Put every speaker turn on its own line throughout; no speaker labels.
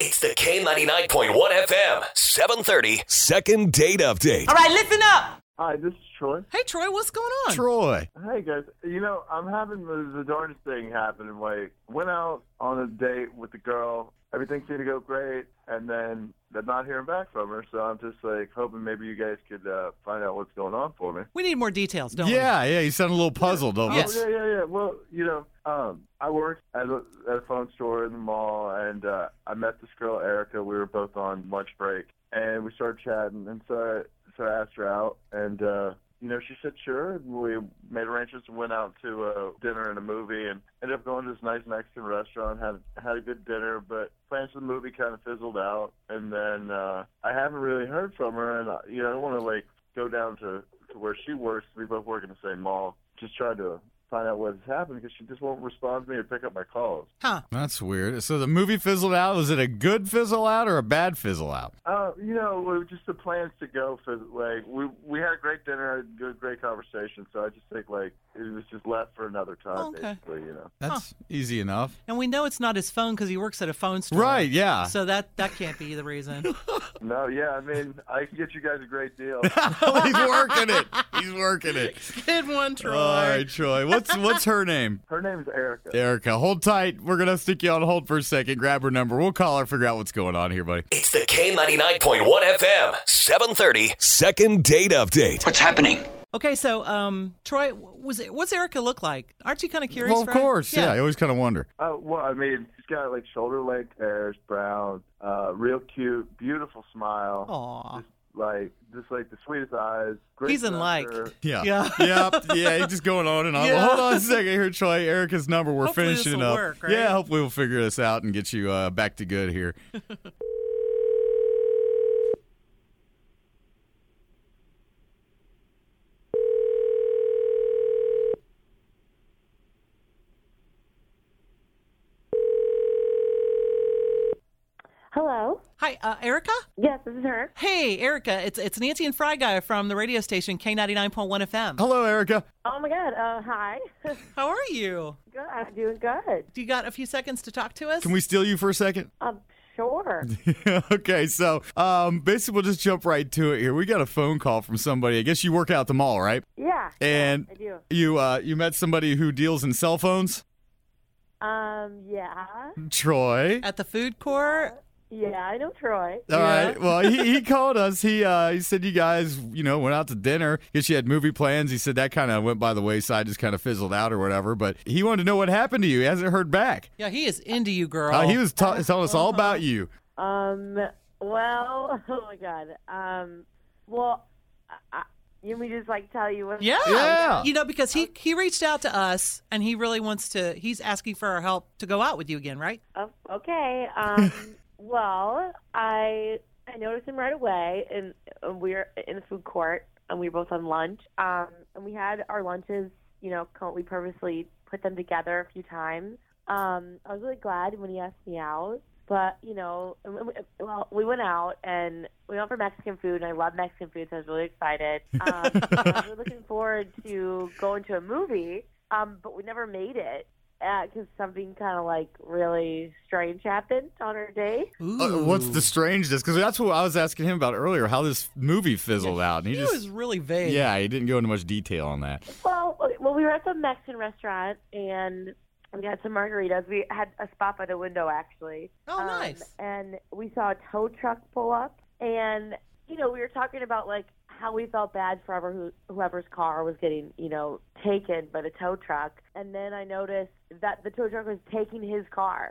It's the K99.1 FM, 730.
Second date update.
All right, listen up.
Hi, this is Troy.
Hey, Troy, what's going on?
Troy.
Hey guys, you know I'm having the, the darndest thing happen. Like, went out on a date with the girl, everything seemed to go great, and then I'm not hearing back from her. So I'm just like hoping maybe you guys could uh, find out what's going on for me.
We need more details, don't
Yeah, yeah. You sound a little puzzled. Over.
Yes.
Oh, yeah, yeah, yeah. Well, you know, um, I worked at a, at a phone store in the mall, and uh, I met this girl, Erica. We were both on lunch break, and we started chatting. And so I, so I asked her out, and, uh, you know, she said sure. and We made arrangements and went out to uh, dinner and a movie, and ended up going to this nice Mexican restaurant. had had a good dinner, but plans for the movie kind of fizzled out. And then uh, I haven't really heard from her, and uh, you know, I want to like go down to to where she works. We both work in the same mall. Just trying to find out what has happened because she just won't respond to me or pick up my calls.
we? Huh.
That's weird. So the movie fizzled out. Was it a good fizzle out or a bad fizzle out?
Uh, you know, we were just the plans to go for like we we had a great dinner, had good great conversation. So I just think like it was just left for another time,
Oh, okay.
basically. You know.
That's easy enough.
And we know it's not his phone because he works at a phone store.
Right, yeah.
So that, that can't be the reason.
No, yeah, I mean, I can get you guys a great deal.
He's working it. He's working it.
Good one, Troy.
All right, Troy. What's what's her name?
Her name is Erica.
Erica. Hold tight. We're gonna stick you on hold for a second. Grab her number. We'll call her. Figure out what's going on here, buddy.
It's the K99.1 FM, 730.
Second date update.
What's happening?
Okay, so um, Troy, wh- was it, what's Erica look like? Aren't you kind of curious?
well, of
right?
course. Yeah. I always kind of wonder.
Oh well, I mean, she's got like shoulder length hairs, brown, uh, real cute, beautiful smile,
Aw.
like just like the sweetest eyes. Great
He's in like.
dresser.
Yeah.
Yeah.
yep. Yeah. He's just going on and on.
Yeah.
Well, hold on a second here, Troy. Erica's number. We're
Hopefully this
finishing
will
up.
work, right?
Yeah. Hopefully we'll figure this out and get you uh, back to good here.
Hello.
Hi, uh, Erica?
Yes, this is her.
Hey, Erica, it's it's Nancy and Fry Guy from the radio station K99.1 FM.
Hello, Erica.
Oh my God. Uh, hi. good.
How are you?
I'm doing good.
Do you got a few seconds to talk to us?
Can we steal you for a second?
Um, sure.
okay, so um, basically, we'll just jump right to it here. We got a phone call from somebody. I guess you work out at the mall, right?
Yeah.
And
I do.
you uh, you met somebody who deals in cell phones,
Um, yeah.
Troy.
At the food court?
Yeah, I know Troy.
All right. Well, he, he called us. He uh, he said you guys, you know, went out to dinner. Guess you had movie plans. He said that kind of went by the wayside, just kind of fizzled out or whatever. But he wanted to know what happened to you. He hasn't heard back.
Yeah, he is into you, girl.
Uh, he was ta- telling us all about you.
Um, well, oh my God. Um, well, I, I, you mean just like tell you what?
Yeah.
Yeah.
You know, because he he reached out to us and he really wants to he's asking for our help to go out with you again, right?
Oh, okay. Um, well, I I noticed him right away, and, and we were in the food court, and we were both on lunch. Um, and we had our lunches, you know, co- we purposely put them together a few times. Um, I was really glad when he asked me out, but you know, and we- well, we went out and we went for Mexican food, and I love Mexican food, so I was really excited. Um, and I was really looking forward to going to a movie, um, but we never made it because something kind of like really strange happened on our day.
Uh,
Ooh.
what's the strangeness? Because that's what I was asking him about earlier. How this movie fizzled out, and he
He
just
was really vague.
Yeah, he didn't go into much detail on that.
Well, okay, well, we were at the Mexican restaurant and we had some margaritas. We had a spot by the window actually.
Oh,
Um,
nice.
And we saw a tow truck pull up, and you know we were talking about like how we felt bad for whoever who, whoever's car was getting you know taken by the tow truck. And then I noticed that the tow truck was taking his car.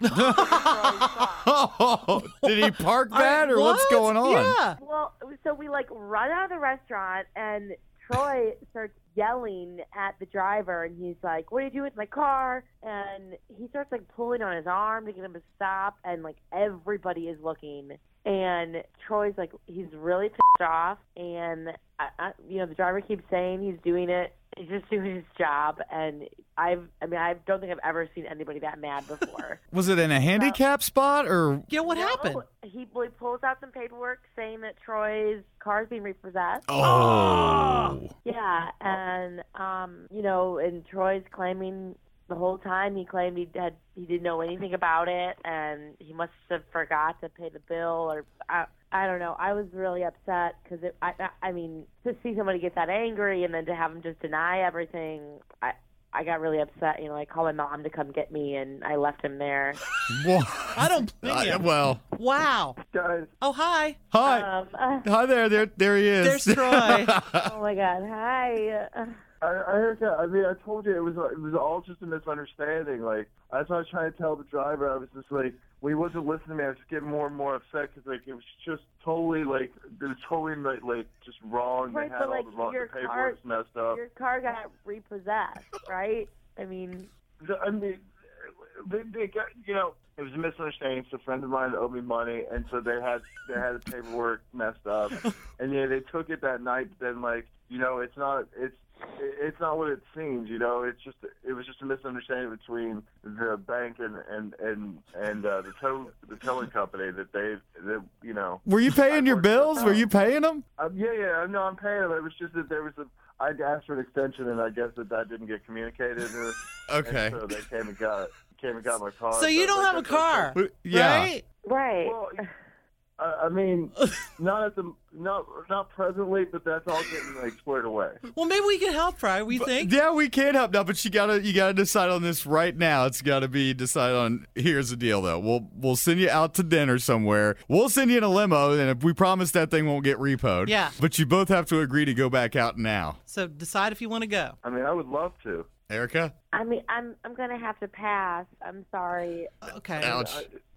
Oh, did he park
All right,
that or what's
what?
going on?
Yeah.
Well, so we like run out of the restaurant, and Troy starts yelling at the driver, and he's like, "What are you doing with my car?" And he starts like pulling on his arm to get him to stop, and like everybody is looking, and Troy's like, he's really pissed off, and I, I, you know the driver keeps saying he's doing it. He's just doing his job, and I've—I mean, I don't think I've ever seen anybody that mad before.
Was it in a handicap spot or?
Yeah, what
No,
happened?
He, well, he pulls out some paperwork saying that Troy's car's being repossessed.
Oh.
Ah.
Yeah, and um, you know, and Troy's claiming the whole time he claimed he had he didn't know anything about it and he must have forgot to pay the bill or I, I don't know. I was really upset because I, I I mean to see somebody get that angry and then to have him just deny everything. I I got really upset. You know, I called my mom to come get me and I left him there.
Well,
I don't blame
I-
you.
well,
Wow.
Guys,
Oh, hi.
hi,
Um, uh,
hi there, there, there he
There's
is.
Troy.
oh my God! Hi. Uh,
I, I heard that. I mean, I told you it was it was all just a misunderstanding. Like that's what I was trying to tell the driver. I was just like, well, he wasn't listening to me. I was just getting more and more upset because like it was just totally like it was totally like, like just wrong.
Right,
they had
but,
all
like,
the wrong
your
the paperwork's messed up.
your car got repossessed, right? I mean,
The- I mean, they, they got you know it was a misunderstanding. So a friend of mine owed me money, and so they had they had the paperwork messed up, and yeah, they took it that night. But then like you know, it's not it's it's not what it seems. You know, it's just it was just a misunderstanding between the bank and and and and uh, the tow the towing company that they that you know.
Were you paying your
worked with
bills? Were you paying them?
Um, yeah, yeah, no, I'm paying. It was just that there was a. I asked for an extension, and I guess that that didn't get communicated. or-
Okay.
and so they came and got came and got my car.
So you don't
they
have a
took my car.
car,
W- Yeah.
right?
right?
Well, I, I mean, not at the not not presently, but that's all getting like squared away.
Well, maybe we can help, Troy. We think.
Yeah, we can help now, but you gotta you gotta decide on this right now. It's gotta be decided on. Here's the deal, though. We'll we'll send you out to dinner somewhere. We'll send you in a limo, and if we promise that thing won't get repoed.
Yeah.
But you both have to agree to go back out now.
So decide if you want to go.
I mean, I would love to.
Erica.
I mean, I'm I'm gonna have to pass. I'm sorry.
Okay.
uh,
Ouch.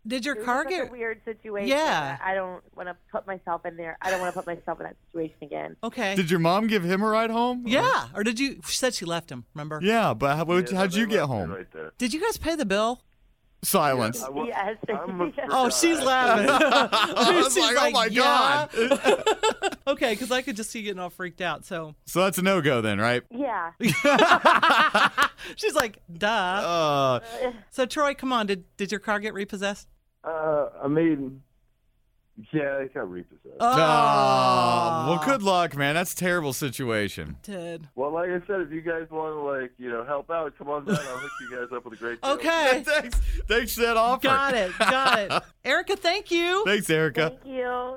Did your
It was
car
such
get
a weird situation.
Yeah.
I don't want to put myself in there. I don't want to put myself in that situation again.
okay?
Did your mom give him a ride home?
Yeah. Or did you? She said she left him. Remember?
Yeah, but how, would
Yeah,
how'd
they
you get
left it
home?
Right there.
Did you guys pay the bill?
Silence.
I wa-
Yes.
I'm a-
Yes.
Oh, she's laughing.
I was
She's
like, oh my
yeah.
god.
Okay, because I could just see you getting all freaked out. So
So that's a no go then, right?
Yeah.
she's like, duh.
Uh,
So Troy, come on. Did did your car get repossessed?
Uh, I mean, yeah, it got repossessed.
Oh,
ah, well, good luck, man. That's a terrible situation.
Did.
well, like I said, if you guys want to like you know help out, come on down. I'll hook you guys up with a great deal.
Okay.
Thanks, thanks for that offer.
Got it. Got it. Erica, thank you.
Thanks, Erica.
Thank you.